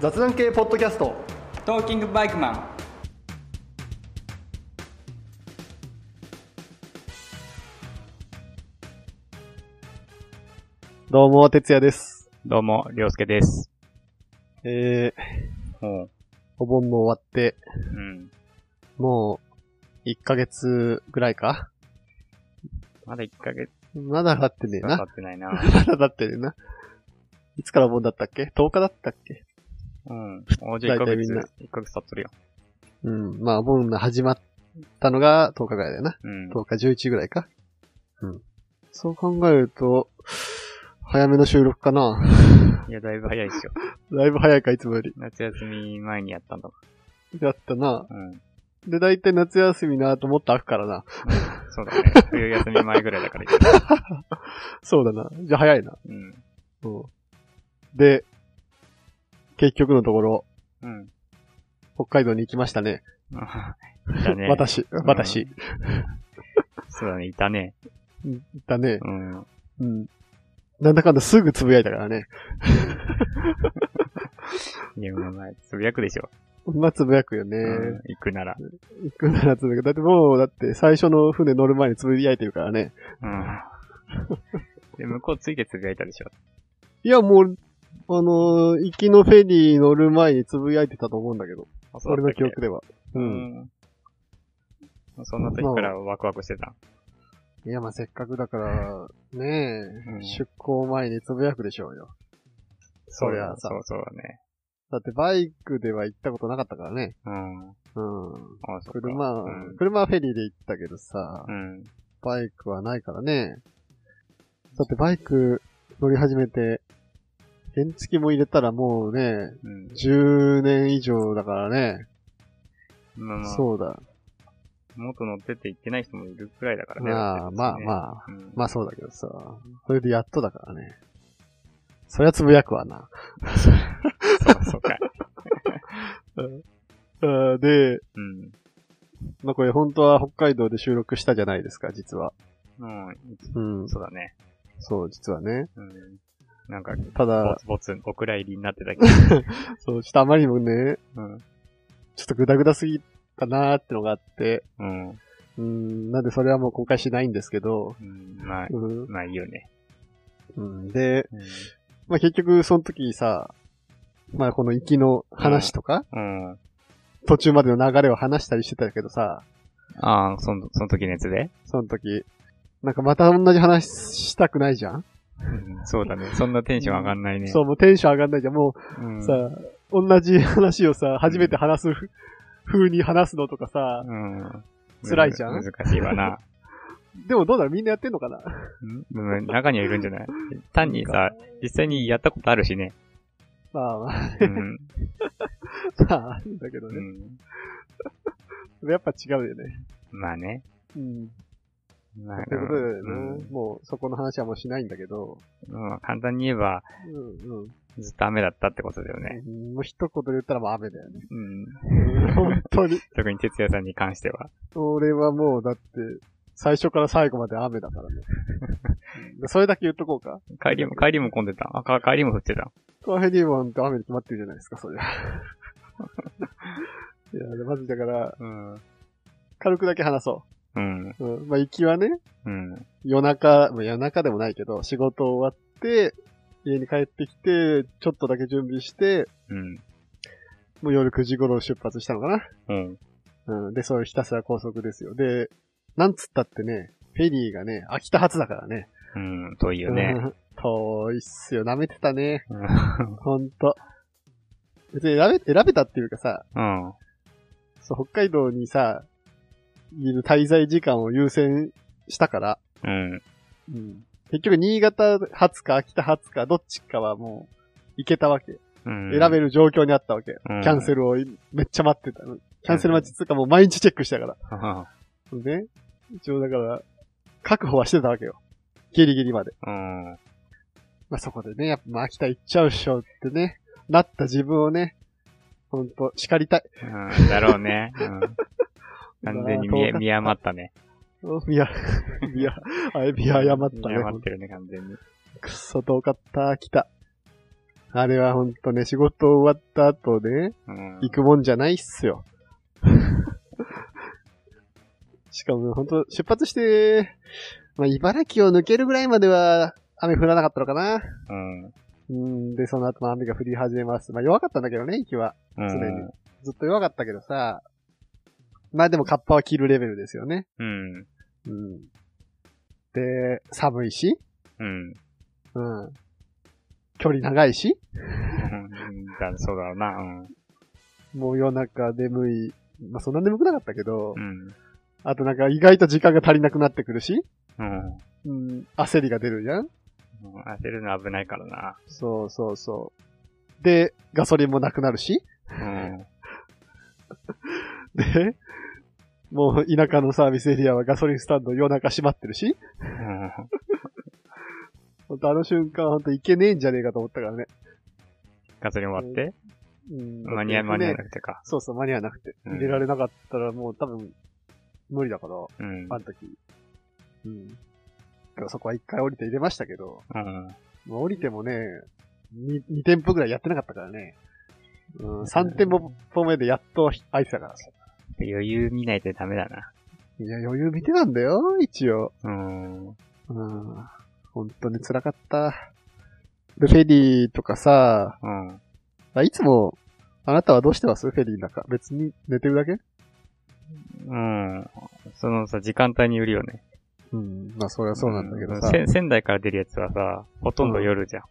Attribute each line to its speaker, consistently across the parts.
Speaker 1: 雑談系ポッドキャスト
Speaker 2: トーキングバイクマン
Speaker 1: どうも、哲也です。
Speaker 3: どうも、りょうすけです。
Speaker 1: えー、
Speaker 3: ほう。
Speaker 1: お盆も終わって、
Speaker 3: うん。
Speaker 1: もう、1ヶ月ぐらいか
Speaker 3: まだ1ヶ月
Speaker 1: まだ経ってねえ
Speaker 3: は
Speaker 1: な
Speaker 3: 経。ってないな。
Speaker 1: まだ経ってねえな。いつからお盆だったっけ ?10 日だったっけ
Speaker 3: うん。おじゃあ1ヶ
Speaker 1: 大体みん
Speaker 3: 月、
Speaker 1: な
Speaker 3: 1ヶ月経っとるよ。
Speaker 1: うん。まあ、お盆が始まったのが10日ぐらいだよな。
Speaker 3: うん。
Speaker 1: 10日、11ぐらいか。うん。そう考えると、早めの収録かな。
Speaker 3: いや、だいぶ早いっすよ。
Speaker 1: だいぶ早いか、いつもより。
Speaker 3: 夏休み前にやったん だも
Speaker 1: だったな。
Speaker 3: ん。うん。
Speaker 1: で、だいたい夏休みの後もっと開くからな。
Speaker 3: そうだね。冬休み前ぐらいだからいい。
Speaker 1: そうだな。じゃあ早いな。
Speaker 3: うん。
Speaker 1: うん。で、結局のところ、
Speaker 3: うん。
Speaker 1: 北海道に行きましたね。
Speaker 3: あだね。
Speaker 1: 私、
Speaker 3: ん
Speaker 1: 私、
Speaker 3: そうだね、いたね。
Speaker 1: だね。
Speaker 3: うん。
Speaker 1: うん。なんだかんだすぐつぶやいたからね。
Speaker 3: いや、もう前、つぶやくでしょ。
Speaker 1: まあ、つぶやくよね。
Speaker 3: うん。行くなら。
Speaker 1: 行くならつぶやく。だってもう、だって最初の船乗る前につぶやいてるからね。
Speaker 3: うん。 で、向こうついてつぶやいたでしょ。
Speaker 1: いや、もう、あのー行きのフェリー乗る前につぶやいてたと思うんだけど。
Speaker 3: あそう
Speaker 1: 俺
Speaker 3: だった
Speaker 1: の
Speaker 3: っけ
Speaker 1: 記憶では。う。
Speaker 3: うんん。そんな時からワクワクしてた。
Speaker 1: いや、まあ、せっかくだから、ねえ、
Speaker 3: うん
Speaker 1: 出港前につぶやくでしょうよ。
Speaker 3: そ
Speaker 1: り
Speaker 3: う
Speaker 1: ゃ
Speaker 3: だ、
Speaker 1: さ
Speaker 3: そうそうだね。
Speaker 1: だってバイクでは行ったことなかったからね。
Speaker 3: うん。
Speaker 1: うん。
Speaker 3: あ、そっか
Speaker 1: 車、
Speaker 3: うん。
Speaker 1: 車はフェリーで行ったけどさ、
Speaker 3: うん。
Speaker 1: バイクはないからね。だってバイク乗り始めて、原付も入れたらもうね、
Speaker 3: うん。
Speaker 1: 10年以上だからね。
Speaker 3: まあまあ、
Speaker 1: そうだ。
Speaker 3: 元乗ってって言ってない人もいるくらいだからね。
Speaker 1: まあまあま
Speaker 3: あ。
Speaker 1: あ、
Speaker 3: うん、
Speaker 1: まあそうだけどさ。それでやっとだからね。そりゃつぶやくわな。
Speaker 3: そうそうか。
Speaker 1: あーで、
Speaker 3: うん。
Speaker 1: まあこれ本当は北海道で収録したじゃないですか、実は。
Speaker 3: うん。
Speaker 1: うん。
Speaker 3: そうだね。
Speaker 1: そう、実はね。
Speaker 3: うん。なんか、ぼ
Speaker 1: ただ、
Speaker 3: つぼつ、お蔵入りになってたけ ど。
Speaker 1: そう、ちょっとあまりにもね、
Speaker 3: うん。
Speaker 1: ちょっとグダグダすぎたなーってのがあって、
Speaker 3: うん。
Speaker 1: うーん、なんでそれはもう公開しないんですけど、
Speaker 3: うん。まあ、
Speaker 1: うん
Speaker 3: まあいいよね。
Speaker 1: うん、で、
Speaker 3: うん
Speaker 1: まあ、結局その時さ、まあこの行きの話とか、
Speaker 3: うん。
Speaker 1: 途中までの流れを話したりしてたけどさ、
Speaker 3: ああ、その、その時のやつで、
Speaker 1: その時、なんかまた同じ話したくないじゃん、
Speaker 3: うん、そうだね。そんなテンション上がんないね。
Speaker 1: そう、もうテンション上がんないじゃん。も
Speaker 3: う
Speaker 1: う、
Speaker 3: ん。
Speaker 1: さ、同じ話をさ、初めて話すふ風に話すのとかさ、
Speaker 3: うん。
Speaker 1: 辛いじゃん
Speaker 3: 難しいわな。
Speaker 1: でもどうだろうみんなやってんのかな
Speaker 3: うん、中にはいるんじゃない単にさ、実際にやったことあるしね。
Speaker 1: まあま あ、
Speaker 3: うん。
Speaker 1: まあ、あるんだけど
Speaker 3: う
Speaker 1: ね。
Speaker 3: ん、
Speaker 1: やっぱ違うよね。
Speaker 3: まあね。
Speaker 1: うん。
Speaker 3: まあ、
Speaker 1: ということでね、
Speaker 3: うん
Speaker 1: もうそこの話はもうしないんだけど、
Speaker 3: うん簡単に言えば、
Speaker 1: うんうん。
Speaker 3: ずっと雨だったってことだよね。
Speaker 1: うんもう一言で言ったらもう雨だよね。
Speaker 3: うん。
Speaker 1: 本当に。
Speaker 3: 特に哲也さんに関しては。
Speaker 1: 俺はもうだって、最初から最後まで雨だからね。 うんそれだけ言っとこうか。
Speaker 3: 帰りも、帰りも混んでた。あ、か帰りも降ってた。
Speaker 1: カフェリーマンって雨で決まってるじゃないですか、 それは。いや、マジだから、
Speaker 3: うん。
Speaker 1: 軽くだけ話そ
Speaker 3: うん。
Speaker 1: う。うん、まあ、行きはね、
Speaker 3: うん。
Speaker 1: 夜中、まあ夜中でもないけど、仕事終わって、家に帰ってきて、ちょっとだけ準備して、
Speaker 3: うん。
Speaker 1: もう夜9時頃出発したのかな。
Speaker 3: うん。
Speaker 1: うん。で、それひたすら高速ですよ。で、なんつったってね、フェリーがね、秋田発だからね。
Speaker 3: うん。というね。
Speaker 1: うん遠いっすよ。舐めてたね。
Speaker 3: うん。
Speaker 1: ほんと。別に選べ、選べたっていうかさ、
Speaker 3: うん
Speaker 1: そう、北海道にさ、いる滞在時間を優先したから、
Speaker 3: うん。
Speaker 1: うん。結局、新潟発か秋田発か、どっちかはもう、行けたわけ。
Speaker 3: うん。
Speaker 1: 選べる状況にあったわけ。
Speaker 3: うん
Speaker 1: キャンセルをめっちゃ待ってた。キャンセル待ちつうかもう毎日チェックしたから。
Speaker 3: うん
Speaker 1: ね。一応だから、確保はしてたわけよ。ギリギリまで。
Speaker 3: うん。
Speaker 1: まあ、そこでね、やっぱ、まあ、秋田行っちゃうっしょってね、なった自分をね、ほんと、叱りたい。
Speaker 3: うん。だろうね。うん。完全に見え
Speaker 1: まあ
Speaker 3: 見誤ったね。
Speaker 1: い や、いや、あれ、見誤ったね。
Speaker 3: 見誤ってるね、完全に。
Speaker 1: くっそ遠かった、秋田。あれはほんとね、仕事終わった後ね、
Speaker 3: うん。
Speaker 1: 行くもんじゃないっすよ。 しかもほんと、出発して、まあ、茨城を抜けるぐらいまでは、雨降らなかったのかな。
Speaker 3: うん。
Speaker 1: うん、で、その後も雨が降り始めます。まあ、弱かったんだけどね、雪は。
Speaker 3: うん。
Speaker 1: 常にずっと弱かったけどさ、まあでもカッパは着るレベルですよね。
Speaker 3: うん。
Speaker 1: うん。で、寒いし、
Speaker 3: うん。
Speaker 1: うん。距離長いし、
Speaker 3: うんだそうだろうな。うん。
Speaker 1: もう夜中眠い。まあそんな眠くなかったけど、
Speaker 3: うん。
Speaker 1: あとなんか意外と時間が足りなくなってくるし、
Speaker 3: うん。
Speaker 1: うん、焦りが出るじゃん
Speaker 3: うん焦るの危ないからな。
Speaker 1: そうそうそう。で、ガソリンもなくなるし、
Speaker 3: うん。
Speaker 1: で、もう田舎のサービスエリアはガソリンスタンド夜中閉まってるし、
Speaker 3: うん
Speaker 1: ほんとあの瞬間ほんといけねえんじゃねえかと思ったからね。
Speaker 3: ガソリン終わって
Speaker 1: うん
Speaker 3: 間に合い、間に合わなくてか。
Speaker 1: そうそう、間に合わなくて。
Speaker 3: うん
Speaker 1: 入れられなかったらもう多分、無理だから、
Speaker 3: うん。
Speaker 1: あの時。うん。だからそこは一回降りて入れましたけど、
Speaker 3: うん。
Speaker 1: まあ、降りてもね、2, 2店舗ぐらいやってなかったからね。うん、3店舗目でやっと開いてたから。
Speaker 3: 余裕見ないとダメだな。
Speaker 1: いや、余裕見てたんだよ、一応。
Speaker 3: うん。
Speaker 1: うん。本当に辛かった。で、フェリーとかさ、
Speaker 3: うん。
Speaker 1: あいつも、あなたはどうしてますフェリーの中。別に寝てるだけ
Speaker 3: うん。そのさ、時間帯によるよね。
Speaker 1: うん。まあ、それはそうなんだけどさ。
Speaker 3: せ仙台から出るやつはさ、ほとんど夜じゃん。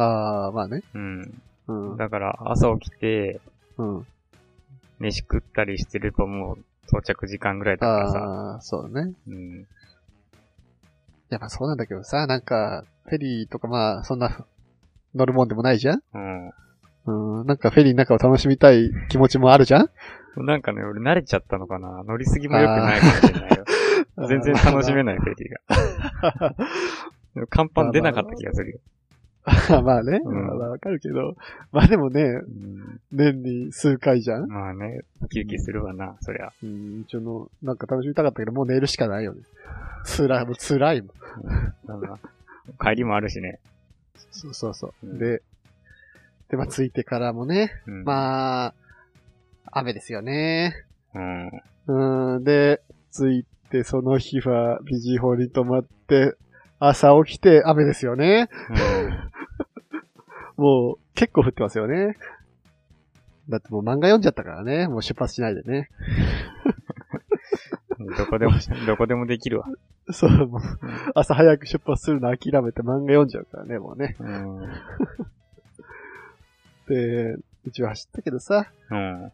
Speaker 1: ああ、まあね。
Speaker 3: うん。
Speaker 1: うん。
Speaker 3: だから、朝起きて、
Speaker 1: うん。
Speaker 3: 飯食ったりしてるともう、到着時間ぐらいだからさ。
Speaker 1: ああ、そうだね。
Speaker 3: うん。
Speaker 1: やっぱそうなんだけどさ、なんか、フェリーとかまあ、そんな、乗るもんでもないじゃん
Speaker 3: う
Speaker 1: うん、なんかフェリーの中を楽しみたい気持ちもあるじゃん
Speaker 3: ん。なんかね、俺慣れちゃったのかな。乗りすぎも良くないかもしれないよ。全然楽しめない、フェリー が。甲板出なかった気がするよ。
Speaker 1: ない。 まあね、
Speaker 3: うん
Speaker 1: まあわかるけど。まあでもね、
Speaker 3: うん
Speaker 1: 年に数回じゃん
Speaker 3: まあね、ウキウキするわな、そりゃ。
Speaker 1: うん、一応の、なんか楽しみたかったけど、もう寝るしかないよね。辛い、もう辛いもん。
Speaker 3: だから帰りもあるしね。
Speaker 1: そうそうそうう。
Speaker 3: ん
Speaker 1: で、で、まあ、着いてからもね、
Speaker 3: うん、あ。
Speaker 1: まあ、雨ですよね。
Speaker 3: うん。
Speaker 1: うん、で、着いて、その日は、ビジホに泊まって、朝起きて雨ですよね。もう、結構降ってますよね。だってもう漫画読んじゃったからね。もう出発しないでね。
Speaker 3: うんどこ でも、どこでもできるわ。
Speaker 1: そう、もう、朝早く出発するの諦めて漫画読んじゃうからね、もうね。
Speaker 3: うん。
Speaker 1: で、一応走ったけどさ、
Speaker 3: うん。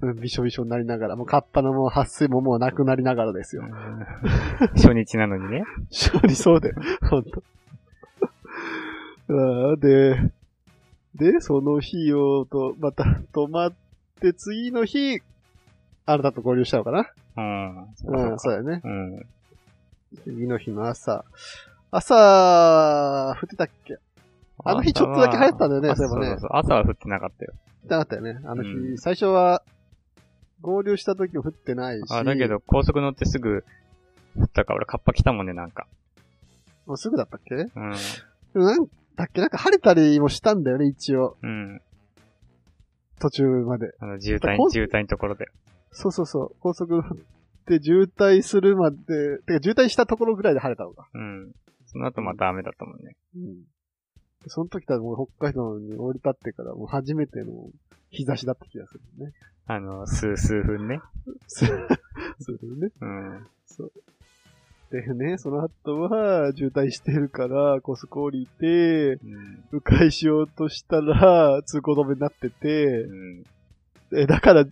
Speaker 1: うんびしょびしょになりながら、もうカッパのもう発水ももうなくなりながらですよ。
Speaker 3: 初日なのにね。
Speaker 1: 勝利そうだよ。ほんと。あーで、で、その日をと、また泊まって、次の日、あなたと合流したのかな
Speaker 3: うん。
Speaker 1: うん、そうだよね。
Speaker 3: うん。
Speaker 1: 次の日の朝。朝、降ってたっけあの日ちょっとだけ流行ったんだよね
Speaker 3: あ
Speaker 1: そういえばね
Speaker 3: そうそう。朝は降ってなかったよ。
Speaker 1: なかったよね。あの日、
Speaker 3: うん
Speaker 1: 最初は、合流した時も降ってないし。
Speaker 3: あ、だけ。ど高速乗ってすぐ降ったから、俺カッパ来たもんね、なんか。
Speaker 1: もうすぐだったっけで
Speaker 3: うん。
Speaker 1: もなんだっけなんか晴れたりもしたんだよね、一応。
Speaker 3: うん。
Speaker 1: 途中まで。
Speaker 3: あの、渋
Speaker 1: だ
Speaker 3: 滞
Speaker 1: 高、速
Speaker 3: 渋滞のところで。
Speaker 1: そうそうそう。高速で渋滞するまで、てか渋滞したところぐらいで晴れたのか。
Speaker 3: うん。その後また雨だったもんね。
Speaker 1: うん。その時からもう北海道に降り立ってからもう初めての日差しだった気がする ね。
Speaker 3: あの、数、数分ね。
Speaker 1: そうだよね。
Speaker 3: うん。
Speaker 1: そう。でね、その後は渋滞してるから高速降りて、
Speaker 3: うん。
Speaker 1: 迂回しようとしたら通行止めになってて
Speaker 3: う、ん。
Speaker 1: え、だから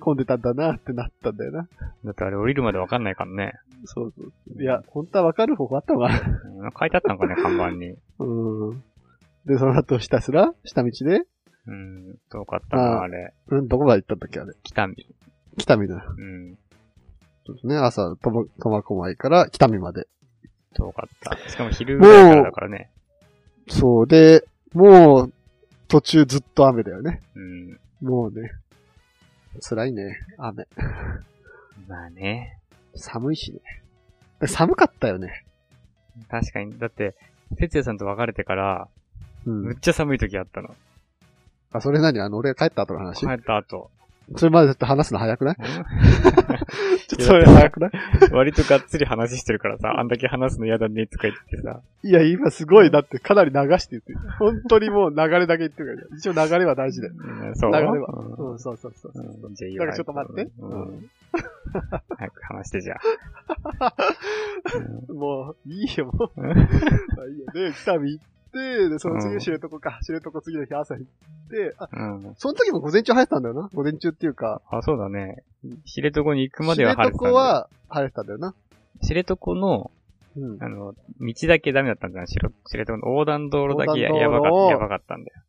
Speaker 1: 混んでたんだなってなったんだよな。
Speaker 3: だってあれ降りるまでわかんないからね。
Speaker 1: そうそう。いや、本当はわかる方法あったのかな
Speaker 3: うん書いてあったのかね、看板に。
Speaker 1: うん。で、その後ひたすら、下道で、
Speaker 3: うん。遠かったな、
Speaker 1: あ
Speaker 3: あれ。
Speaker 1: うん、どこまで行ったんだっけ、あれ。
Speaker 3: 北見。
Speaker 1: 北見だ。
Speaker 3: うん。
Speaker 1: そうですね。朝、とも、苫小牧から北見まで。
Speaker 3: 遠かった。しかも昼ぐらいからだからね。
Speaker 1: そう。で、もう、途中ずっと雨だよね。
Speaker 3: うん。
Speaker 1: もうね。辛いね。雨。
Speaker 3: まあね。
Speaker 1: 寒いしね。寒かったよね。
Speaker 3: 確かに。だって、哲也さんと別れてから、
Speaker 1: う
Speaker 3: む
Speaker 1: ん
Speaker 3: っ。ちゃ寒い時あったの。
Speaker 1: あ、それ何あの、俺帰った後の話
Speaker 3: 帰った 後。
Speaker 1: それまでちょっと話すの早くない ちょっと
Speaker 3: いや
Speaker 1: それ早くない
Speaker 3: 割とがっつり話してるからさ、あんだけ話すの嫌だねとか言ってさ。
Speaker 1: いや、今すごい、だってかなり流して言ってる。本当にもう流れだけ言ってるから。一応流れは大事だよ。
Speaker 3: うんそう。
Speaker 1: 流れは。
Speaker 3: うん
Speaker 1: うん、そうそうそうそう。
Speaker 3: うんじゃあいい
Speaker 1: だからちょっと待って
Speaker 3: うん早く話してじゃあ。
Speaker 1: もう、いいよ、も
Speaker 3: う
Speaker 1: う。
Speaker 3: ん
Speaker 1: まあいい よ。で、北見行って、で、その次知床か。知床次の日朝行って、あ、
Speaker 3: うん。
Speaker 1: その時も午前中晴れてたんだよな。午前中っていうか、
Speaker 3: あ、そうだね。知床に行くまでは晴れて
Speaker 1: 知
Speaker 3: たん
Speaker 1: 床
Speaker 3: だ
Speaker 1: は晴れてたんだよな。
Speaker 3: けど。知床の、
Speaker 1: うん。
Speaker 3: あの、道だけダメだったんじゃない知床の横断道路だけや
Speaker 1: 横
Speaker 3: やば
Speaker 1: 断道路
Speaker 3: かっ
Speaker 1: を
Speaker 3: た、やばかったんだよ。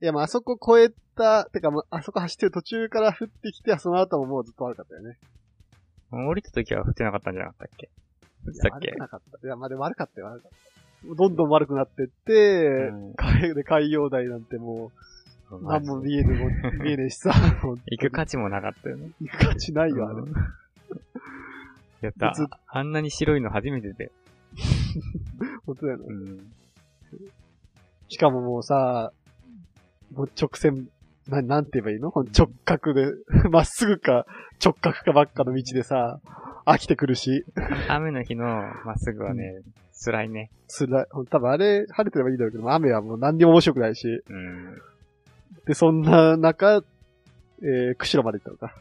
Speaker 1: いや、まあ、あそこ越えた、てか、まあ、あそこ走ってる途中から降ってきて、その後ももうずっと悪かったよね。
Speaker 3: 降りた時は降ってなかったんじゃなかったっけ降ってたっ
Speaker 1: いや悪
Speaker 3: け
Speaker 1: くなかった。いや、まあ、でも悪かったよ、悪かった。どんどん悪くなってって、
Speaker 3: うん
Speaker 1: 海 で海洋台なんてもう、
Speaker 3: マ
Speaker 1: 何
Speaker 3: ジ
Speaker 1: も見えねえ、見えねえしさ、もう
Speaker 3: 行く価値もなかったよね。
Speaker 1: 行く価値ないよ、あれ。
Speaker 3: うん やった
Speaker 1: ずっ。
Speaker 3: あんなに白いの初めてで。
Speaker 1: 本当だよね。
Speaker 3: うん。
Speaker 1: しかももうさ、もう直線、な、なんて言えばいいのこの直角で、 まっすぐか直角かばっかの道でさ、飽きてくるし、
Speaker 3: 雨の日のまっすぐはね、辛いね。
Speaker 1: 辛い。多分あれ、晴れてればいいんだろうけど、雨はもう何にも面白くないし。
Speaker 3: うん。
Speaker 1: で、そんな中、えー、釧路まで行ったのか。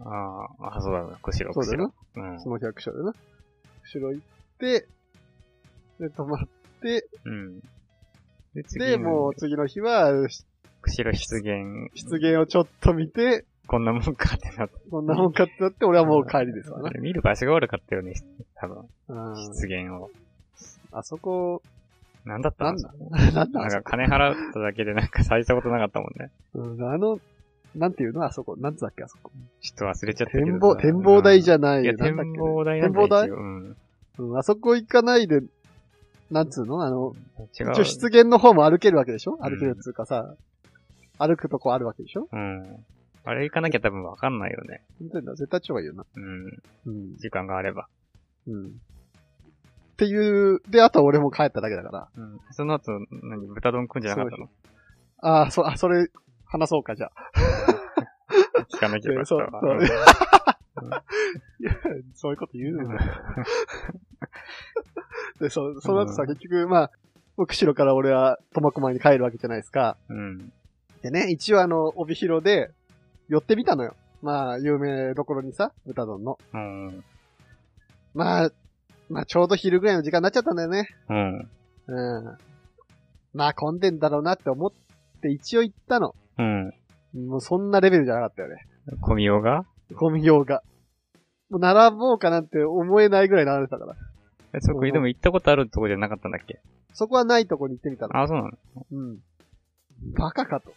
Speaker 3: ああ、あそうだな、くしろ、
Speaker 1: そ
Speaker 3: く
Speaker 1: うだ
Speaker 3: し
Speaker 1: よな
Speaker 3: ろ。。うん。
Speaker 1: その日は釧路だよな。釧路行って、で、泊まって、
Speaker 3: うん。で、
Speaker 1: で、
Speaker 3: 次
Speaker 1: も
Speaker 3: も
Speaker 1: う、次の日は、
Speaker 3: くしろ出現、
Speaker 1: 出現をちょっと見て、
Speaker 3: こんなもんかってなって。
Speaker 1: こんなもんかってなって、俺はもう帰りですわな。
Speaker 3: 見る場所が悪かったよね、多分。
Speaker 1: うん
Speaker 3: 出現を。
Speaker 1: あそこ、
Speaker 3: なんだった
Speaker 1: な
Speaker 3: の
Speaker 1: んだ なんだ
Speaker 3: な
Speaker 1: あ
Speaker 3: ん
Speaker 1: そ
Speaker 3: か
Speaker 1: こ
Speaker 3: 金払っただけでなんか大したことなかったもんね。
Speaker 1: うんあの、なんていうのあそこ。なんつだっけあそこ。
Speaker 3: ちょっと忘れちゃったけど。
Speaker 1: 展望、展望台じ
Speaker 3: ゃ
Speaker 1: ゃない。
Speaker 3: いや、
Speaker 1: な
Speaker 3: 展
Speaker 1: んだっけ
Speaker 3: 望台なんだ
Speaker 1: 展望台
Speaker 3: 一応うん。
Speaker 1: うん、あそこ行かないで、なんつうのあの、
Speaker 3: 違
Speaker 1: 一応
Speaker 3: う。
Speaker 1: 出現の方も歩けるわけでしょ
Speaker 3: ん
Speaker 1: 歩けるっつうかさ、歩くとこあるわけでしょ
Speaker 3: うん。あれ行かなきゃ多分わかんないよね。
Speaker 1: 本当にだ絶対あっちの方がいいよな。
Speaker 3: うん。
Speaker 1: うん。
Speaker 3: 時間があれば。
Speaker 1: うん。っていう、で、あとは俺も帰っただけだから。
Speaker 3: うん。その後、何、豚丼食うんじゃなかったの
Speaker 1: ああ、そ、あ、それ、話そうか、じゃあ。
Speaker 3: 聞かなきゃよかったわ。
Speaker 1: そうそう そういうこと言う
Speaker 3: う
Speaker 1: の
Speaker 3: ん
Speaker 1: よで、そ、その後さ、結局、まあ、僕釧路から俺は苫小牧に帰るわけじゃないですか。
Speaker 3: うん。
Speaker 1: でね、一応あの、帯広で寄ってみたのよ。まあ、有名どころにさ、豚丼の。
Speaker 3: うん。
Speaker 1: まあ、まあ、ちょうど昼ぐらいの時間になっちゃったんだよね。
Speaker 3: うん。
Speaker 1: うん。まあ、混んでんだろうなって思って、一応行ったの。
Speaker 3: うん。
Speaker 1: もうそんなレベルじゃなかったよね。
Speaker 3: 小見ようが
Speaker 1: ゴミ用が。もう並ぼうかなんて思えないぐらい並んでたから。
Speaker 3: えそこ、でも行ったことあるとこじゃなかったんだっけ
Speaker 1: そこはないとこに行ってみたの。
Speaker 3: あ、そうなの
Speaker 1: うん。バカかと。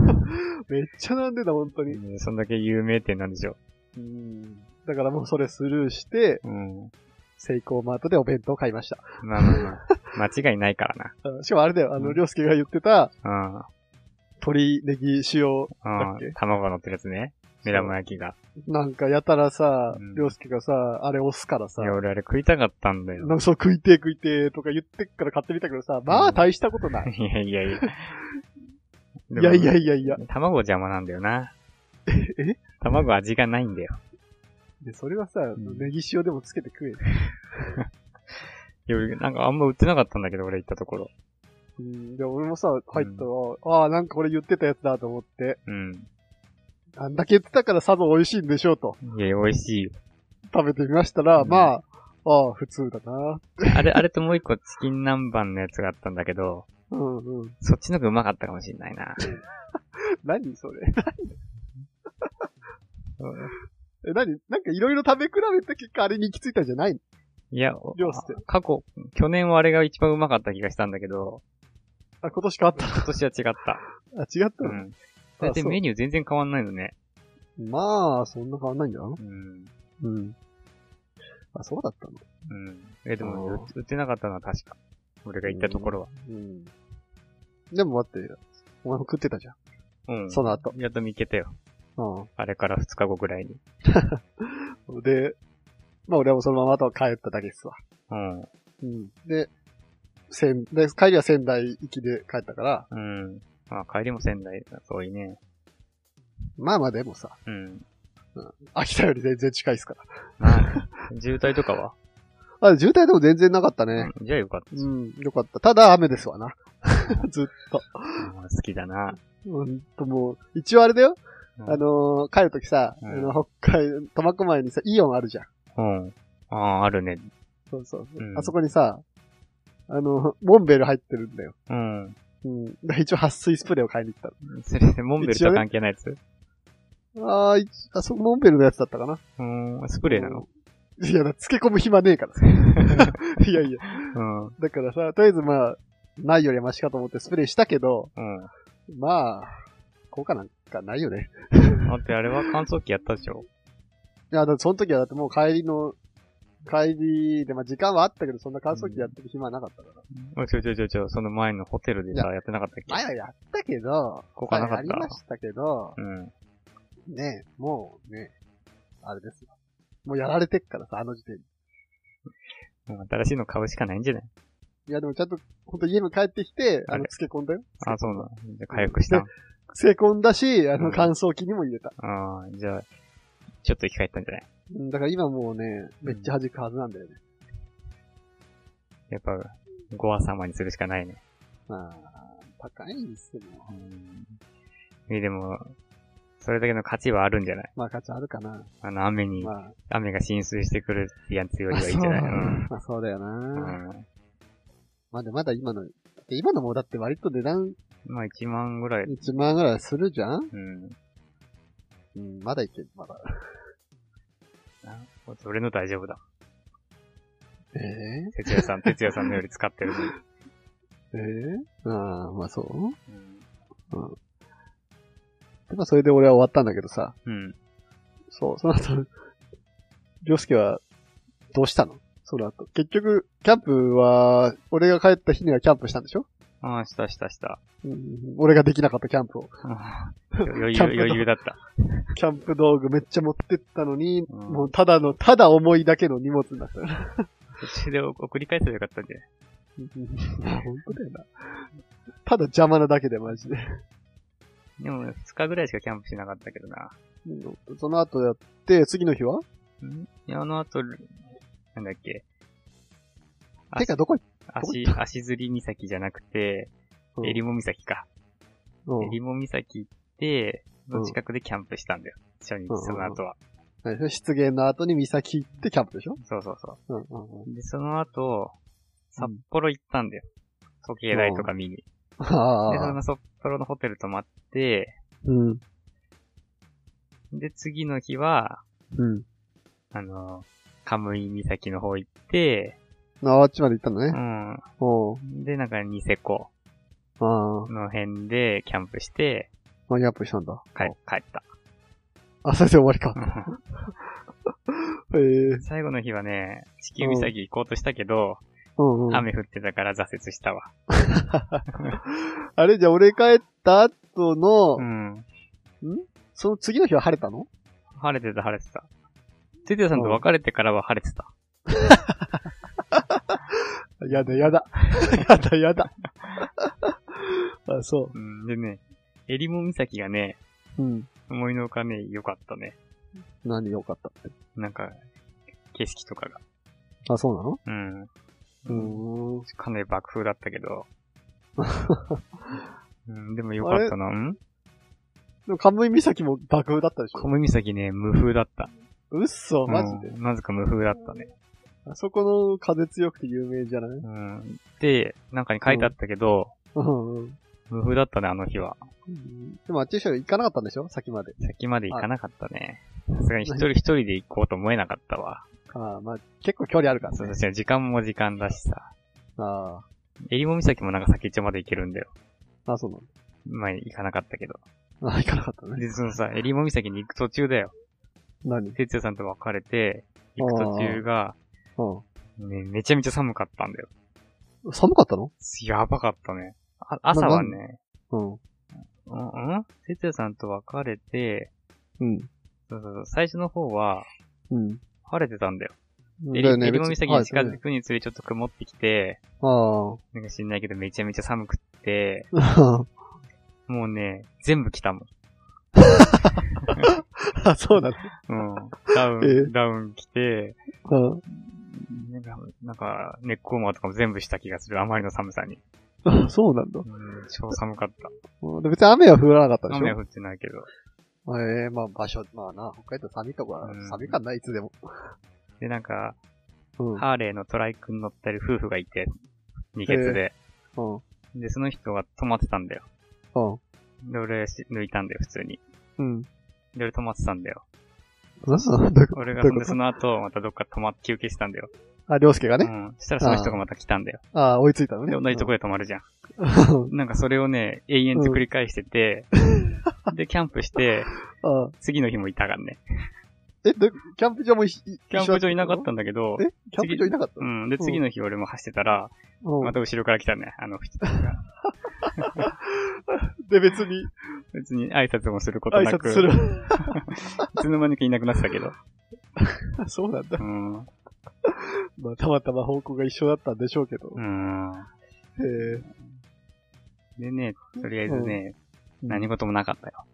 Speaker 1: めっちゃ並んでた、本当に。
Speaker 3: うんそんだけ有名店なんでしょ
Speaker 1: うん。だからもうそれスルーして、
Speaker 3: う。うん。
Speaker 1: セイコーマートでお弁当買いました。
Speaker 3: まあまあまあ。 間違いないから
Speaker 1: うんしかもあれだよ、あ
Speaker 3: う
Speaker 1: の、
Speaker 3: ん
Speaker 1: りょうすけが言ってた、
Speaker 3: な。
Speaker 1: 鶏ネギ塩、
Speaker 3: うん。
Speaker 1: だっ
Speaker 3: う
Speaker 1: け
Speaker 3: ん。卵が乗ってるやつね。目玉焼きが。
Speaker 1: なんかやたらさ
Speaker 3: うん、
Speaker 1: りょうすけがさ、あれ押すから
Speaker 3: い
Speaker 1: さ、
Speaker 3: や、俺あれ食いたかったんだよ
Speaker 1: な。んかそう食いてえ食いてえとか言ってっから買ってみたけどさ、ま
Speaker 3: う
Speaker 1: あ
Speaker 3: ん
Speaker 1: 大したこ とな い。
Speaker 3: いやいやいや。
Speaker 1: いやいや
Speaker 3: や。
Speaker 1: いやいや。
Speaker 3: 卵邪魔なんだよな。
Speaker 1: え
Speaker 3: 卵味がないんだよ。
Speaker 1: で、それはさ、
Speaker 3: ん
Speaker 1: ネギ塩でもつけて食
Speaker 3: い
Speaker 1: え。
Speaker 3: や俺なんかあんま売ってなかったんだけど、俺行ったところ。
Speaker 1: うん、で、俺もさ、入ったら、ああ、なんか俺言ってたやつだと思って、
Speaker 3: うん。
Speaker 1: あんだけ言ってたからさぞ美味しいんでしょうと、
Speaker 3: いや、美味しいよ。
Speaker 1: 食べてみましたら、
Speaker 3: うん
Speaker 1: まあ、ああ、普通だな。
Speaker 3: あれ、あれともう一個チキン南蛮のやつがあったんだけど、
Speaker 1: うんうん。
Speaker 3: そっちの方がうまかったかもしんないな。
Speaker 1: 何それえ、何 なんかいろいろ食べ比べた結果、あれに行き着いたんじゃないの
Speaker 3: いや、
Speaker 1: 量捨て
Speaker 3: 過去、去年はあれが一番うまかった気がしたんだけど、
Speaker 1: あ、今年変わった。
Speaker 3: 今年は違った。
Speaker 1: あ、違った
Speaker 3: う
Speaker 1: の、
Speaker 3: ん。大体
Speaker 1: そう
Speaker 3: メニュー全然変わんないのね。
Speaker 1: まあ、そんな変わんないんだな。
Speaker 3: うん。
Speaker 1: うん。あ、そうだったの
Speaker 3: うん。え、でも
Speaker 1: あ
Speaker 3: 売っ、売ってなかったのは確か。俺が行ったところは。
Speaker 1: うん。でも待って、お前も食ってたじゃん。
Speaker 3: うん。
Speaker 1: その後。
Speaker 3: やっと見けたよ。
Speaker 1: うん。
Speaker 3: あれから2日後ぐらいに。
Speaker 1: で、まあ俺はもうそのままあとは帰っただけですわ。
Speaker 3: うん。
Speaker 1: うん。で、仙、で、帰りは仙台行きで帰ったから、
Speaker 3: うん。まあ、帰りも仙台だ、遠いね。
Speaker 1: まあまあでもさ、
Speaker 3: うん。
Speaker 1: 秋田より全然近いですから。
Speaker 3: まあ、渋滞とかは、
Speaker 1: あ、渋滞でも全然なかったね。
Speaker 3: うんじゃあよかった。
Speaker 1: うん、よかった。ただ雨ですわな。ずっと。
Speaker 3: まあ好きだな。
Speaker 1: ほんともう、一応あれだよ。
Speaker 3: うん
Speaker 1: あのー帰るときさ、
Speaker 3: うん
Speaker 1: あの北海、苫小牧にさ、イオンあるじゃん。
Speaker 3: うん。ああ、あるね。
Speaker 1: そうそうそう、
Speaker 3: うん
Speaker 1: あそこにさ、あの、モンベル入ってるんだよ。
Speaker 3: うん。
Speaker 1: うん。だから一応撥水スプレーを買いに行った
Speaker 3: それ、モンベルとは関係ないやつ
Speaker 1: の。あーいあ、そ、モンベルのやつだったかな。
Speaker 3: うーん、スプレーなの
Speaker 1: いや、だから漬け込む暇ねえから。 いやいや。
Speaker 3: うん。うん。
Speaker 1: だからさ、とりあえずまあ、ないよりはマシかと思ってスプレーしたけど、まあ、効果なんかないよね。
Speaker 3: だってあれは乾燥機やったでしょ
Speaker 1: いや、だってその時はだってもう帰りの、帰りで、まあ時間はあったけど、そんな乾燥機やってる暇はなかったから。
Speaker 3: おいちょいちょいちょいちょい、その前のホテルで
Speaker 1: い
Speaker 3: さ、やってなかったっけ
Speaker 1: 前はやったけど、
Speaker 3: 効果なかった
Speaker 1: はいありましたけど、
Speaker 3: うん。
Speaker 1: ねえ、もうね、あれですよ。もうやられてっからさ、あの時点で。
Speaker 3: うん新しいの買うしかないんじゃない
Speaker 1: いや、でもちゃんと、ほんと家に帰ってきて、あ
Speaker 3: あ
Speaker 1: の、
Speaker 3: れ
Speaker 1: 漬け込んだよ。
Speaker 3: あ、そうなの。じゃあ回復したん。
Speaker 1: 漬け込んだし、あ
Speaker 3: う
Speaker 1: の、
Speaker 3: ん
Speaker 1: 乾燥機にも入れた。
Speaker 3: ああ、じゃあ、ちょっと生き返ったんじゃない
Speaker 1: うん、だから今もうね、めっちゃ弾くはずなんだよね。
Speaker 3: やっぱ、ゴア様にするしかないね。
Speaker 1: まあ、高いんですけど、
Speaker 3: うん。え、でも、それだけの価値はあるんじゃない
Speaker 1: まあ価値あるかな。
Speaker 3: あの、雨に、
Speaker 1: ま
Speaker 3: 雨が浸水してくるやつより
Speaker 1: あ、まあ
Speaker 3: はいいん
Speaker 1: そう
Speaker 3: じゃない
Speaker 1: まあそうだよな。
Speaker 3: うん。うん。
Speaker 1: まだまだ今の、で今のもだって割と値段
Speaker 3: まあ、1万ぐらい。
Speaker 1: 1万ぐらいするじゃん
Speaker 3: うん。
Speaker 1: うん、まだいける、まだ。
Speaker 3: な俺の大丈夫だ。
Speaker 1: え
Speaker 3: 哲也さん、哲也さんのより使ってるのに。
Speaker 1: えええああ、まあそう
Speaker 3: うん
Speaker 1: で、まあそれで俺は終わったんだけどさ。
Speaker 3: うん。
Speaker 1: そう、その後、りょうすけは、どうしたのその後。結局、キャンプは、俺が帰った日にはキャンプしたんでしょ、
Speaker 3: ああ、したしたした。
Speaker 1: うん、俺ができなかったキャンプを。
Speaker 3: あー余
Speaker 1: キ
Speaker 3: 裕、
Speaker 1: ャンプの
Speaker 3: 余裕だった。
Speaker 1: キャンプ道具めっちゃ持ってったのに、
Speaker 3: うん
Speaker 1: もうただの、ただ重いだけの荷物になった。
Speaker 3: 途中で送り返せばよかったんじゃない
Speaker 1: まあ本当だよな。ただ邪魔なだけでマジで。
Speaker 3: でも、2日ぐらいしかキャンプしなかったけどな。
Speaker 1: うんその後やって、次の日は
Speaker 3: んいや、あの後、なんだっけ。
Speaker 1: てかどこ行っ
Speaker 3: 足、足釣り岬じゃなくて、
Speaker 1: うん
Speaker 3: 襟裳岬か。
Speaker 1: たの
Speaker 3: 襟裳岬行って、
Speaker 1: うん
Speaker 3: の近くでキャンプしたんだよ。初日
Speaker 1: うんうんうん、
Speaker 3: その後は。
Speaker 1: はい出現の後に岬行ってキャンプでしょ
Speaker 3: そうそうそ
Speaker 1: うんうんうん。
Speaker 3: う。で、その後、札幌行ったんだよ。時計台とか見に。で、
Speaker 1: あ
Speaker 3: そ
Speaker 1: あ。
Speaker 3: の札幌のホテル泊まって、
Speaker 1: うん。
Speaker 3: で、次の日は、
Speaker 1: うん。
Speaker 3: あの、カムイ岬の方行って、
Speaker 1: ああっちまで行ったの
Speaker 3: う
Speaker 1: ね。
Speaker 3: ん。
Speaker 1: おう
Speaker 3: で、なんかニセコ
Speaker 1: ああ。
Speaker 3: の辺でキャンプして、
Speaker 1: マニアップしたんだ。
Speaker 3: 帰帰 った。
Speaker 1: あ、それで終わりか。へえ。
Speaker 3: 最後の日はね、地球岬行こうとしたけど、
Speaker 1: うんうん。
Speaker 3: 雨降ってたから挫折したわ。
Speaker 1: あれじゃあ俺帰った後の、
Speaker 3: うん。
Speaker 1: その次の日は晴れたの
Speaker 3: 晴れてた、晴れてた。ててさんと別れてからは晴れてた。
Speaker 1: や だやだ。やだやだ。あ、そ
Speaker 3: うん。でね、襟裳岬がね、
Speaker 1: う。うん。
Speaker 3: 思いのほかね、良かったね。
Speaker 1: 何よかったって。
Speaker 3: なんか、景色とかが。
Speaker 1: あ、そうなの
Speaker 3: うん。
Speaker 1: うん。
Speaker 3: かなり爆風だったけ ど。うん、でも良かったな。うん
Speaker 1: でも、カムイ岬も爆風だったでし
Speaker 3: 小
Speaker 1: ょ
Speaker 3: 麦岬ね、無風だった。
Speaker 1: うっそ、マジで。
Speaker 3: うんなぜか無風だったね。
Speaker 1: あそこの風強くて有名じゃない
Speaker 3: うん。で、なんかに書いてあったけど、
Speaker 1: うんうん。
Speaker 3: 無風だったね、あの日は。
Speaker 1: でもあっちの人は行かなかったんでしょ先まで。
Speaker 3: 先まで行かなかったね。さすがに一人一人で行こうと思えなかったわ。
Speaker 1: ああ、まあ、結構距離あるから
Speaker 3: そう
Speaker 1: ね。
Speaker 3: そう、時間も時間だしさ。
Speaker 1: あ
Speaker 3: 襟裳岬もなんか先っちょまで行けるんだよ。
Speaker 1: あ、あそうなん
Speaker 3: まあ、行かなかったけど。
Speaker 1: だ。ああ、行かなかったね。
Speaker 3: で、そのさ、襟裳岬に行く途中だよ。
Speaker 1: 何
Speaker 3: 哲也さんと別れて、行く途中が、
Speaker 1: う
Speaker 3: ね、めちゃめちゃ寒かったんだよ。
Speaker 1: ん。寒かったの
Speaker 3: やばかったね。あ朝はね、
Speaker 1: うん。
Speaker 3: うんうん哲也さんと別れて、
Speaker 1: うん。
Speaker 3: そうそうそう、最初の方は
Speaker 1: うん。
Speaker 3: 晴れてたんだよ。え
Speaker 1: だよ
Speaker 3: り、
Speaker 1: ね
Speaker 3: えりも岬に 近づ
Speaker 1: 別
Speaker 3: くにつれちょっと曇ってきて、
Speaker 1: はい
Speaker 3: なんか知んないけどめちゃめちゃ寒くって、
Speaker 1: あ
Speaker 3: もうね、全部来たもん。
Speaker 1: あ。そうだね。
Speaker 3: うん。ダウ
Speaker 1: え
Speaker 3: ン、ダウン来て、
Speaker 1: うん
Speaker 3: なんか、なんかネックウォーマーとかも全部した気がする。あまりの寒さに。
Speaker 1: あ。そうなんだ。
Speaker 3: うん、超寒かった。
Speaker 1: うんで別に雨は降らなかったでしょ
Speaker 3: 雨は降ってないけど。
Speaker 1: ええまあ場所、まあな、北海道寒いとこは
Speaker 3: うん
Speaker 1: 寒いからな、いつでも。
Speaker 3: で、なんか、
Speaker 1: うん。うん。
Speaker 3: ハーレーのトライクに乗ってる夫婦がいて、二ケツで。
Speaker 1: うん。
Speaker 3: で、その人が止まってたんだよ。
Speaker 1: うん。
Speaker 3: で、俺し抜いたんだよ、普通に。
Speaker 1: うん。
Speaker 3: で、俺止まってたんだよ。
Speaker 1: うんどういうこと
Speaker 3: 俺がそ
Speaker 1: ど
Speaker 3: う
Speaker 1: い
Speaker 3: ん
Speaker 1: う
Speaker 3: で
Speaker 1: こと
Speaker 3: その後、またどっか止まって休憩してたんだよ。
Speaker 1: あ、りょうすけが
Speaker 3: う
Speaker 1: ね。
Speaker 3: ん。そしたらその人がまた来たんだよ。
Speaker 1: ああ、追いついたのね。
Speaker 3: で、同じとこで止まるじゃん。
Speaker 1: うん。
Speaker 3: なんかそれをね、永遠と繰り返して て、で、キャンプして、
Speaker 1: ああ
Speaker 3: 次の日もいたからね。
Speaker 1: え、どキャンプ場も一緒
Speaker 3: キャンプ場いなかったんだけど
Speaker 1: え、キャンプ場いなかった
Speaker 3: うん。で、
Speaker 1: うん
Speaker 3: 次の日俺も走ってたら、
Speaker 1: うん
Speaker 3: また後ろから来たね、あの人が。
Speaker 1: で、別に
Speaker 3: 別に挨拶もすること
Speaker 1: 挨
Speaker 3: なく、
Speaker 1: 拶
Speaker 3: い
Speaker 1: する。
Speaker 3: つの間にか いなくなってたけど。
Speaker 1: そうなんだ
Speaker 3: う。ん。う
Speaker 1: まあ、たまたま方向が一緒だったんでしょうけど。
Speaker 3: ん。
Speaker 1: え
Speaker 3: でね、とりあえずね、
Speaker 1: うん
Speaker 3: 何事もなかったよ。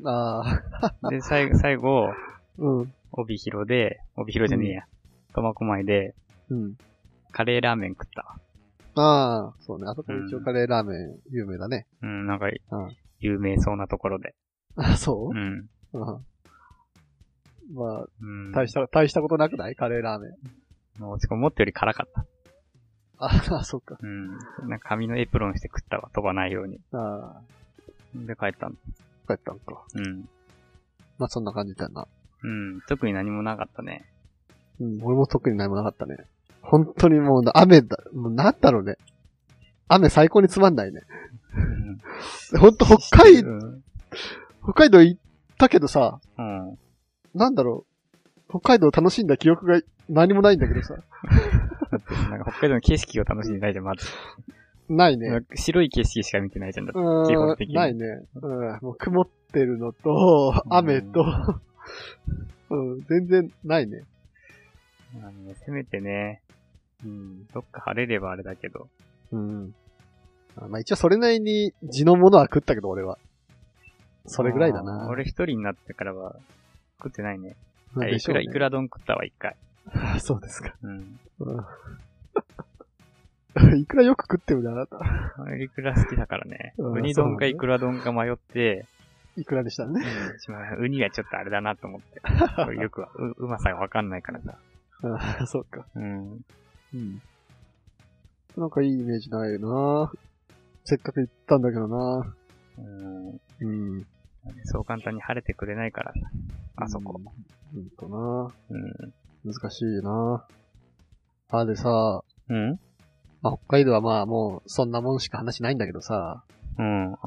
Speaker 1: えああ、
Speaker 3: で、最後、最後、
Speaker 1: うん。
Speaker 3: 帯広で、帯広じゃねえや。苫小牧で、
Speaker 1: うん。
Speaker 3: カレーラーメン食ったわ。
Speaker 1: ああ、そうね。あそこ一応カレーラーメン有名だね。
Speaker 3: うん、なんか
Speaker 1: うん、
Speaker 3: 有名そうなところで。。
Speaker 1: あそううんうん。まあ、
Speaker 3: うん。
Speaker 1: 大した、大したことなくないカレーラーメン。
Speaker 3: もう、しかも思ったより辛かった。
Speaker 1: ああ、そっか。
Speaker 3: うん。なんか紙のエプロンして食ったわ、飛ばないように。
Speaker 1: ああ、
Speaker 3: で、帰ったん
Speaker 1: 帰ったんか。
Speaker 3: うん。
Speaker 1: まあ、そんな感じだな。
Speaker 3: うん。特に何もなかったね。
Speaker 1: うん、俺も特に何もなかったね。本当にもう、雨だ、もうなんだろうね。雨最高につまんないね。
Speaker 3: うん
Speaker 1: ほんと北海
Speaker 3: う
Speaker 1: 道、
Speaker 3: ん。
Speaker 1: 北海道行ったけどさ、
Speaker 3: うん
Speaker 1: なんだろう。北海道を楽しんだ記憶が何もないんだけどさ。
Speaker 3: なんか北海道の景色を楽しんでないじゃん、まず。
Speaker 1: ないね。
Speaker 3: 白い景色しか見てないじゃん、だって。
Speaker 1: う
Speaker 3: 基本
Speaker 1: ん
Speaker 3: 的に
Speaker 1: ないね。うん。もう曇ってるのと、
Speaker 3: うん
Speaker 1: 雨と、 うん、全然ないね。
Speaker 3: あのせめてね、うん、どっか晴れればあれだけど。
Speaker 1: うん。まあ一応それなりに地のものは食ったけど、俺は。それぐらいだ
Speaker 3: まあ
Speaker 1: な。
Speaker 3: 俺一人になってからは、食ってないね。
Speaker 1: うん
Speaker 3: あ
Speaker 1: で
Speaker 3: い
Speaker 1: し
Speaker 3: く
Speaker 1: ょう
Speaker 3: ら、
Speaker 1: ね
Speaker 3: いくら丼食ったわ、一回。
Speaker 1: あ そうですか。
Speaker 3: うん。
Speaker 1: うん いくらよく食ってるね、あなた。
Speaker 3: 俺いくら好きだからね。
Speaker 1: うん
Speaker 3: ウニ丼か
Speaker 1: そうなんだ
Speaker 3: いくら丼か迷って、
Speaker 1: いくらでしたね。
Speaker 3: うんまあウニはちょっとあれだなと思って。俺よくはう、うまさがわかんないからさ。
Speaker 1: うん そうか。
Speaker 3: うん。
Speaker 1: うん。なんかいいイメージないよな。せっかく行ったんだけどな。
Speaker 3: うん、
Speaker 1: うん。
Speaker 3: そう簡単に晴れてくれないからさ。あそこ。
Speaker 1: うん。ほんとな。
Speaker 3: うん。
Speaker 1: 難しいな。あ、でさ、
Speaker 3: うん
Speaker 1: まあ、北海道はまあもうそんなもんしか話しないんだけどさ、
Speaker 3: うん。あ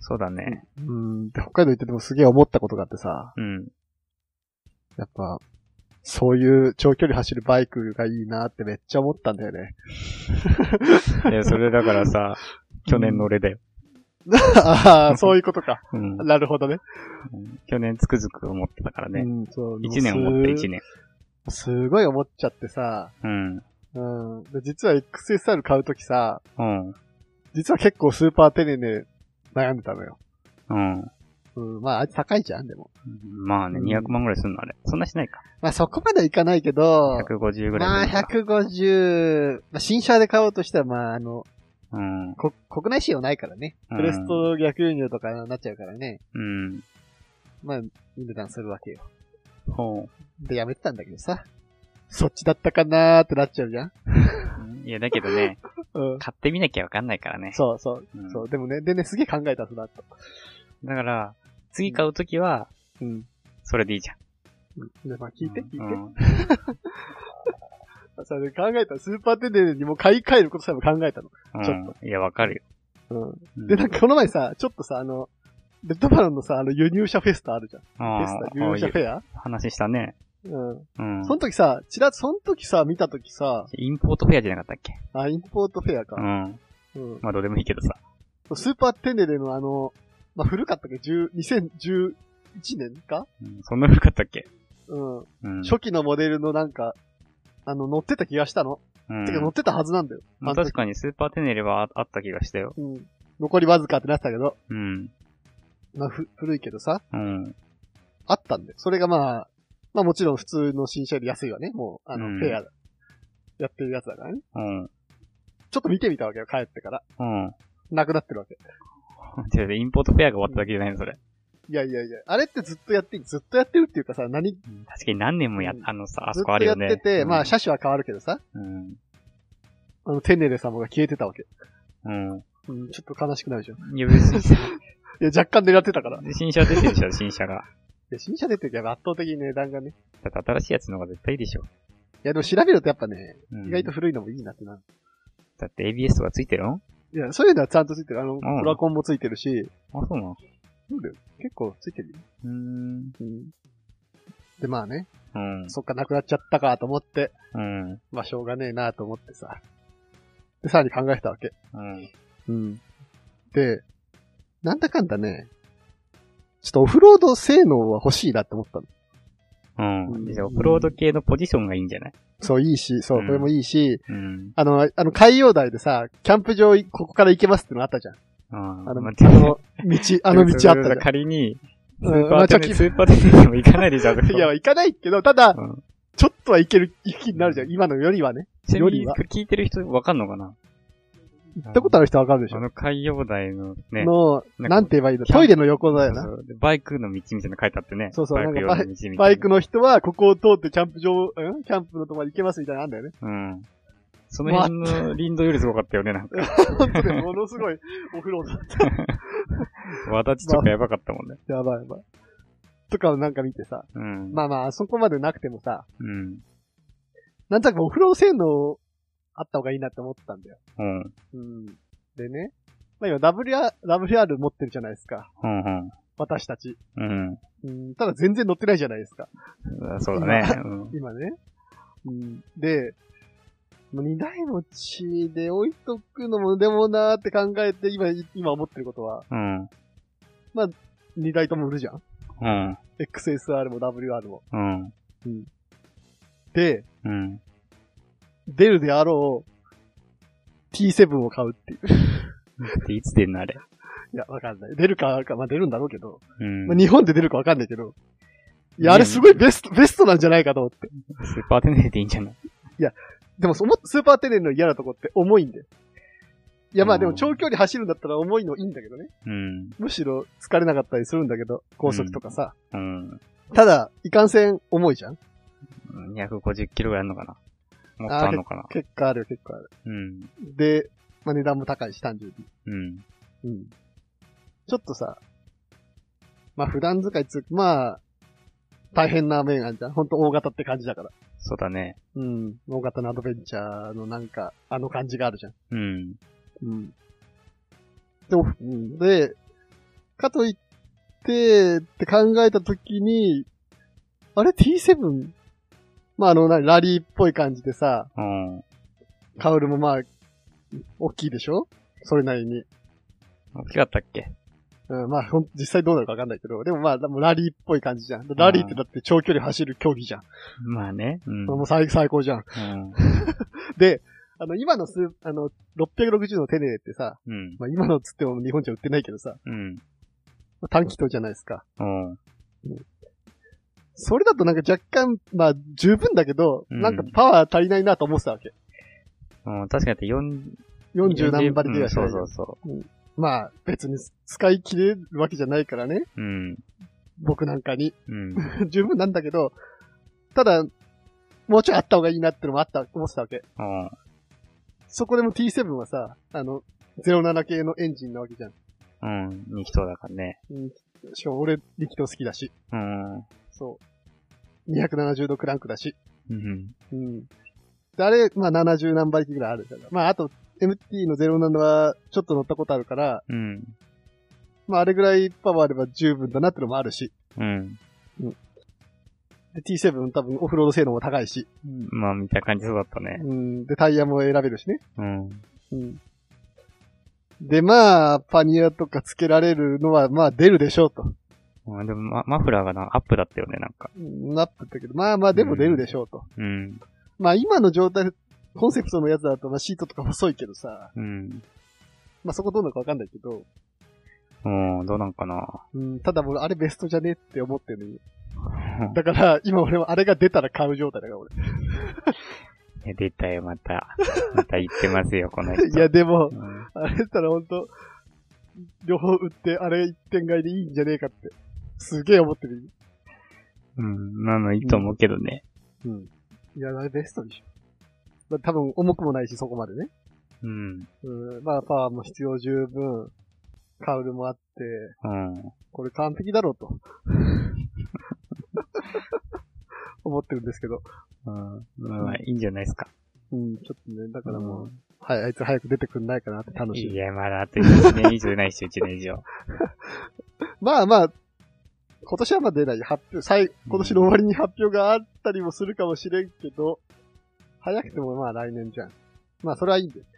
Speaker 3: そうだね。
Speaker 1: うん、で北海道行っててもすげえ思ったことがあってさ、
Speaker 3: うん。
Speaker 1: やっぱ、そういう長距離走るバイクがいいなってめっちゃ思ったんだよね。
Speaker 3: い や、それだからさ、去年の俺だよ。
Speaker 1: ああ、そういうことか。
Speaker 3: うん。
Speaker 1: なるほどね。
Speaker 3: 去年つくづく思ってたから
Speaker 1: う
Speaker 3: ね。
Speaker 1: ん、そう。
Speaker 3: 一、年思って一年。
Speaker 1: す。すごい思っちゃってさ、
Speaker 3: うん。
Speaker 1: うん。で実は XSR 買うときさ、
Speaker 3: うん。
Speaker 1: 実は結構スーパー丁寧で悩んでたのよ。
Speaker 3: うん。
Speaker 1: うん、まあ、あいつ高いじゃん、でも。
Speaker 3: まあね、
Speaker 1: うん
Speaker 3: 200万ぐらいすんのあれ。そんなしないか。
Speaker 1: まあ、そこまではいかないけど、
Speaker 3: 150ぐ
Speaker 1: ま
Speaker 3: ら
Speaker 1: あ、
Speaker 3: いするのか。
Speaker 1: 150、まあ、新車で買おうとしたら、まあ、あの、
Speaker 3: うん。
Speaker 1: こ国内仕様ないからね。
Speaker 3: うん
Speaker 1: プレスト逆輸入とかになっちゃうからね。
Speaker 3: うん。
Speaker 1: まあ、いい値段するわけよ。
Speaker 3: ほ
Speaker 1: で、やめてたんだけどさ。そっちだったかなーってなっちゃうじゃん
Speaker 3: う。いや、だけどね、
Speaker 1: うん。
Speaker 3: 買ってみなきゃわかんないからね。
Speaker 1: そうそう、
Speaker 3: うん
Speaker 1: そう。でもね、でね、すげえ考えたその後。
Speaker 3: だから、次買うときは、
Speaker 1: うん。
Speaker 3: それでいいじゃん。
Speaker 1: で、まあ、聞いて、聞いて。
Speaker 3: うん
Speaker 1: それで考えた。スーパーテンデにも買い替えることさえも考えたの。ちょ
Speaker 3: うん。いや、わかるよ。
Speaker 1: うん。
Speaker 3: うん
Speaker 1: で、なんかこの前さ、ちょっとさ、あの、レッドバロンのさ、あの、輸入車フェスタあるじゃん。フ
Speaker 3: あ
Speaker 1: ェスタ、輸入
Speaker 3: ー
Speaker 1: 車
Speaker 3: あ
Speaker 1: フェア
Speaker 3: 話したね。
Speaker 1: うん。
Speaker 3: うん。
Speaker 1: その時さ、ちら、その時さ、見た時さ、
Speaker 3: インポートフェアじゃなかったっけ
Speaker 1: あ、インポートフェアか
Speaker 3: う。ん。
Speaker 1: うん。
Speaker 3: まあ、どうでもいいけどさ。
Speaker 1: スーパーテンデレのあの、まあ、古かったけど、10 2011年か
Speaker 3: うんそんな古かったっけ
Speaker 1: うん。
Speaker 3: うん。
Speaker 1: 初期のモデルのなんか、あの、乗ってた気がしたの。
Speaker 3: うん
Speaker 1: てか乗ってたはずなんだよ。あの
Speaker 3: 確
Speaker 1: 時
Speaker 3: かにスーパーテネレはああった気がしたよ。
Speaker 1: うん。残りわずかってなってたけど、
Speaker 3: うん。
Speaker 1: まあ、ふ古いけどさ、
Speaker 3: うん。
Speaker 1: あったんで。それがまあ、まあもちろん普通の新車より安いわね。もう、あの
Speaker 3: う、ん
Speaker 1: フェア、やってるやつだからね。
Speaker 3: うん。
Speaker 1: ちょっと見てみたわけよ、帰ってから。
Speaker 3: うん。
Speaker 1: なくなってるわけ。
Speaker 3: 違う違うインポートフェアが終わっただけじゃないの、それ。
Speaker 1: いやいやいや、あれってずっとやって、ずっとやってるっていうかさ、何、ず
Speaker 3: 確かに何年もやっ
Speaker 1: う、ん
Speaker 3: あのさ、あ
Speaker 1: っ
Speaker 3: そ
Speaker 1: と
Speaker 3: こある
Speaker 1: や
Speaker 3: よ
Speaker 1: っ
Speaker 3: ね。
Speaker 1: てて、まあ
Speaker 3: うん
Speaker 1: 車種は変わるけどさ、
Speaker 3: うん。
Speaker 1: あの、テネレ様が消えてたわけ。
Speaker 3: うん。
Speaker 1: うん、ちょっと悲しくなるじゃん。い
Speaker 3: いや、別にさ、
Speaker 1: や、若干狙ってたから。い
Speaker 3: 新車出てるでしょ、新車が。
Speaker 1: や、新車出てるけど圧倒的に値段がね。
Speaker 3: だって新しいやつの方が絶対いいでしょ。
Speaker 1: いや、でも調べるとやっぱね、
Speaker 3: うん
Speaker 1: 意外と古いのもいいなってなる。
Speaker 3: だって ABS とかついてるの
Speaker 1: いや、そういうのはちゃんとついてる。あの、プラコンもついてるし、
Speaker 3: あ、そうなの
Speaker 1: そうだよ。結構ついてるよ。
Speaker 3: うーん。
Speaker 1: うん。で、まあね、
Speaker 3: うん。
Speaker 1: そっか、なくなっちゃったかと思って、
Speaker 3: うん。う
Speaker 1: まあ、しょうがねえなと思ってさ。で、さらに考えてたわけ。
Speaker 3: ん。
Speaker 1: うん。で、なんだかんだね、ちょっとオフロード性能は欲しいなって思ったの。
Speaker 3: うん。じゃあ、オフロード系のポジションがいいんじゃない
Speaker 1: そう、いいし、そう、
Speaker 3: うん
Speaker 1: これもいいし、
Speaker 3: うん。
Speaker 1: あの、あの、海洋台でさ、キャンプ場い、ここから行けますってのあったじ ゃん。
Speaker 3: あ
Speaker 1: あの、あ
Speaker 3: 待って
Speaker 1: の道、あの道あったじゃん。
Speaker 3: 仮に、ス
Speaker 1: う
Speaker 3: ー
Speaker 1: ん
Speaker 3: パーテ
Speaker 1: まあちょっ
Speaker 3: ネ、
Speaker 1: と
Speaker 3: スーパーテネにも行かないでしょ、そこ
Speaker 1: いや、行かないけど、ただ、
Speaker 3: うん
Speaker 1: ちょっとは行ける、行きになるじゃん。今のよりはね。
Speaker 3: ちなみ
Speaker 1: より
Speaker 3: に、
Speaker 1: は
Speaker 3: 聞いてる人わかんのかな
Speaker 1: 行ったことある人はわかるでし
Speaker 3: あ
Speaker 1: ょ。
Speaker 3: の海洋台のね、
Speaker 1: の、
Speaker 3: なんか
Speaker 1: なんて言えばいいの
Speaker 3: キャンプ
Speaker 1: トイレの横だよな。
Speaker 3: そうそうバイクの道みたいなの書いてあってね。
Speaker 1: そうそ
Speaker 3: バ
Speaker 1: う
Speaker 3: イク用の道みたいな。
Speaker 1: バイクの人は、ここを通ってキャンプ場、うんキャンプのとこまで行けますみたいなのあんだ よね。
Speaker 3: うん。その辺の林道よりすごかったよね、なんか。
Speaker 1: 本当ね、ものすごいオフロードだっ
Speaker 3: わだちとかやばかったもんね。
Speaker 1: た。やばいやばい。とかをなんか見てさ。
Speaker 3: うん。
Speaker 1: まあまあ、あそこまでなくてもさ、
Speaker 3: うん。
Speaker 1: なんとなくオフロード性能あった方がいいなって思ったんだよ。
Speaker 3: うん。
Speaker 1: うん。でね。まあ今 WR、WR 持ってるじゃないですか。
Speaker 3: うん。
Speaker 1: 私たち。
Speaker 3: うん。うん
Speaker 1: うん。ただ全然乗ってないじゃないですか。
Speaker 3: そうだね。うん
Speaker 1: 今ね。うん。で、もう二台持ちで置いとくのもでもなーって考えて、今、今思ってることは、
Speaker 3: うん。
Speaker 1: 二台とも売るじゃん
Speaker 3: うん。
Speaker 1: ?XSR も WR も。
Speaker 3: うん。
Speaker 1: で、
Speaker 3: うん。
Speaker 1: 出るであろう、T7 を買うっていう。
Speaker 3: で、いつ出んのあれ。
Speaker 1: いや、わかんない。出るか、まあ出るんだろうけど。
Speaker 3: うん。
Speaker 1: まあ日本で出るかわかんないけど。いや、あれすごいベスト、ベストなんじゃないかと思って。
Speaker 3: スーパーテネでいいんじゃない
Speaker 1: でもその、スーパーテレンの嫌なとこって重いんで。いや、まあでも
Speaker 3: うん
Speaker 1: 長距離走るんだったら重いのいいんだけどね。
Speaker 3: うん。
Speaker 1: むしろ疲れなかったりするんだけど、高速とかさ。
Speaker 3: うん。
Speaker 1: ただ、いかんせん重いじゃん
Speaker 3: 250キロぐらいあるのかなもっとあるのかな
Speaker 1: 結果あるよ、結構ある。
Speaker 3: うん。
Speaker 1: で、まあ値段も高いし、単純に。
Speaker 3: うん。
Speaker 1: うん。ちょっとさ、まあ普段使いつうか、まあ、大変な面あるじゃん。ほんと大型って感じだから。
Speaker 3: そうだね。
Speaker 1: うん。大型のアドベンチャーのなんか、あの感じがあるじゃん。
Speaker 3: うん。
Speaker 1: うん。でも、うん、で、かといって、って考えたときに、あれ T7? まあ、あの、なラリーっぽい感じでさ、
Speaker 3: うん。
Speaker 1: カウルもまあ、大きいでしょそれなりに。
Speaker 3: 大きかったっけ
Speaker 1: うん、まあ、ほん、実際どうなるかわかんないけど、でもまあ、でもラリーっぽい感じじゃん。ラリーってだって長距離走る競技じゃん。
Speaker 3: まあね。うん。
Speaker 1: もう最最高じゃん。
Speaker 3: うん。
Speaker 1: で、あの、今のスー、あの、660のテネレってさ、
Speaker 3: うん。
Speaker 1: まあ今のっつっても日本じゃ売ってないけどさ、
Speaker 3: うん。
Speaker 1: 短気筒じゃないですか。
Speaker 3: うん。
Speaker 1: それだとなんか若干、まあ十分だけど、
Speaker 3: うん
Speaker 1: なんかパワー足りないなと思ってたわけ。
Speaker 3: うん。確かに4、
Speaker 1: 40何馬力ぐらいしか
Speaker 3: そ
Speaker 1: な
Speaker 3: う
Speaker 1: いけ
Speaker 3: そ
Speaker 1: ど
Speaker 3: うそ
Speaker 1: まあ別に使い切れるわけじゃないからね。
Speaker 3: う。うん。
Speaker 1: 僕なんかに。
Speaker 3: うん。
Speaker 1: 十分なんだけど、ただ、もうちょいあった方がいいなってのもあった、思ってたわけ。
Speaker 3: うん。
Speaker 1: そこでも T7 はさ、あの、07系のエンジンなわけじゃん。
Speaker 3: うん。2気筒だからね。
Speaker 1: うんしかも俺、力投好きだし。
Speaker 3: うん。
Speaker 1: そう。270度クランクだし。
Speaker 3: うん。
Speaker 1: うん。で、あれ、まあ70何馬力ぐらいあるから。まああと、MT の07はちょっと乗ったことあるから、
Speaker 3: うん。
Speaker 1: まああれぐらいパワーあれば十分だなってのもあるし。
Speaker 3: うん。
Speaker 1: で、T7 多分オフロード性能も高いし。うん。
Speaker 3: まあ、見た感じそうだったね。
Speaker 1: で、タイヤも選べるしね。
Speaker 3: うん。
Speaker 1: うん。で、まあ、パニアとかつけられるのは、まあ出るでしょうと。
Speaker 3: うんでも、まマフラーがな、アップだったよね、なんか。
Speaker 1: うんなってたけど、まあまあでも出るでしょうと。
Speaker 3: うん。
Speaker 1: まあ今の状態、コンセプトのやつだと、まあシートとか細いけどさ、
Speaker 3: うん。
Speaker 1: まあそこどうなるかわかんないけど、
Speaker 3: うん、どうなんかな。
Speaker 1: うん、ただ僕あれベストじゃねって思ってるのよだから今俺はあれが出たら買う状態だから俺。
Speaker 3: いや出たよ、また。また言ってますよ、この人。
Speaker 1: いやでも
Speaker 3: う、ん
Speaker 1: あれだったらほんと、両方売ってあれ一点買いでいいんじゃねえかって、すげえ思ってる。
Speaker 3: うん、まあまあいいと思うけどね。
Speaker 1: うん。いや、あれベストでしょ。まあ多分重くもないしそこまでね。
Speaker 3: うん。
Speaker 1: うん、まあパワーも必要十分、カウルもあって、
Speaker 3: うん。
Speaker 1: これ完璧だろうと。 思ってるんですけど。
Speaker 3: うん。まあいいんじゃないですか。
Speaker 1: うん、ちょっとね、だからもう、
Speaker 3: う
Speaker 1: はい、あいつ早く出てくんないかなって楽し
Speaker 3: い
Speaker 1: み。
Speaker 3: や、まだあと1年以上ないっしょ、1年以上。
Speaker 1: まあまあ、今年はまあ出ない。発表、最、今年の終わりに発表があったりもするかもしれんけど、早くてもまあ来年じゃん。まあそれはいいんです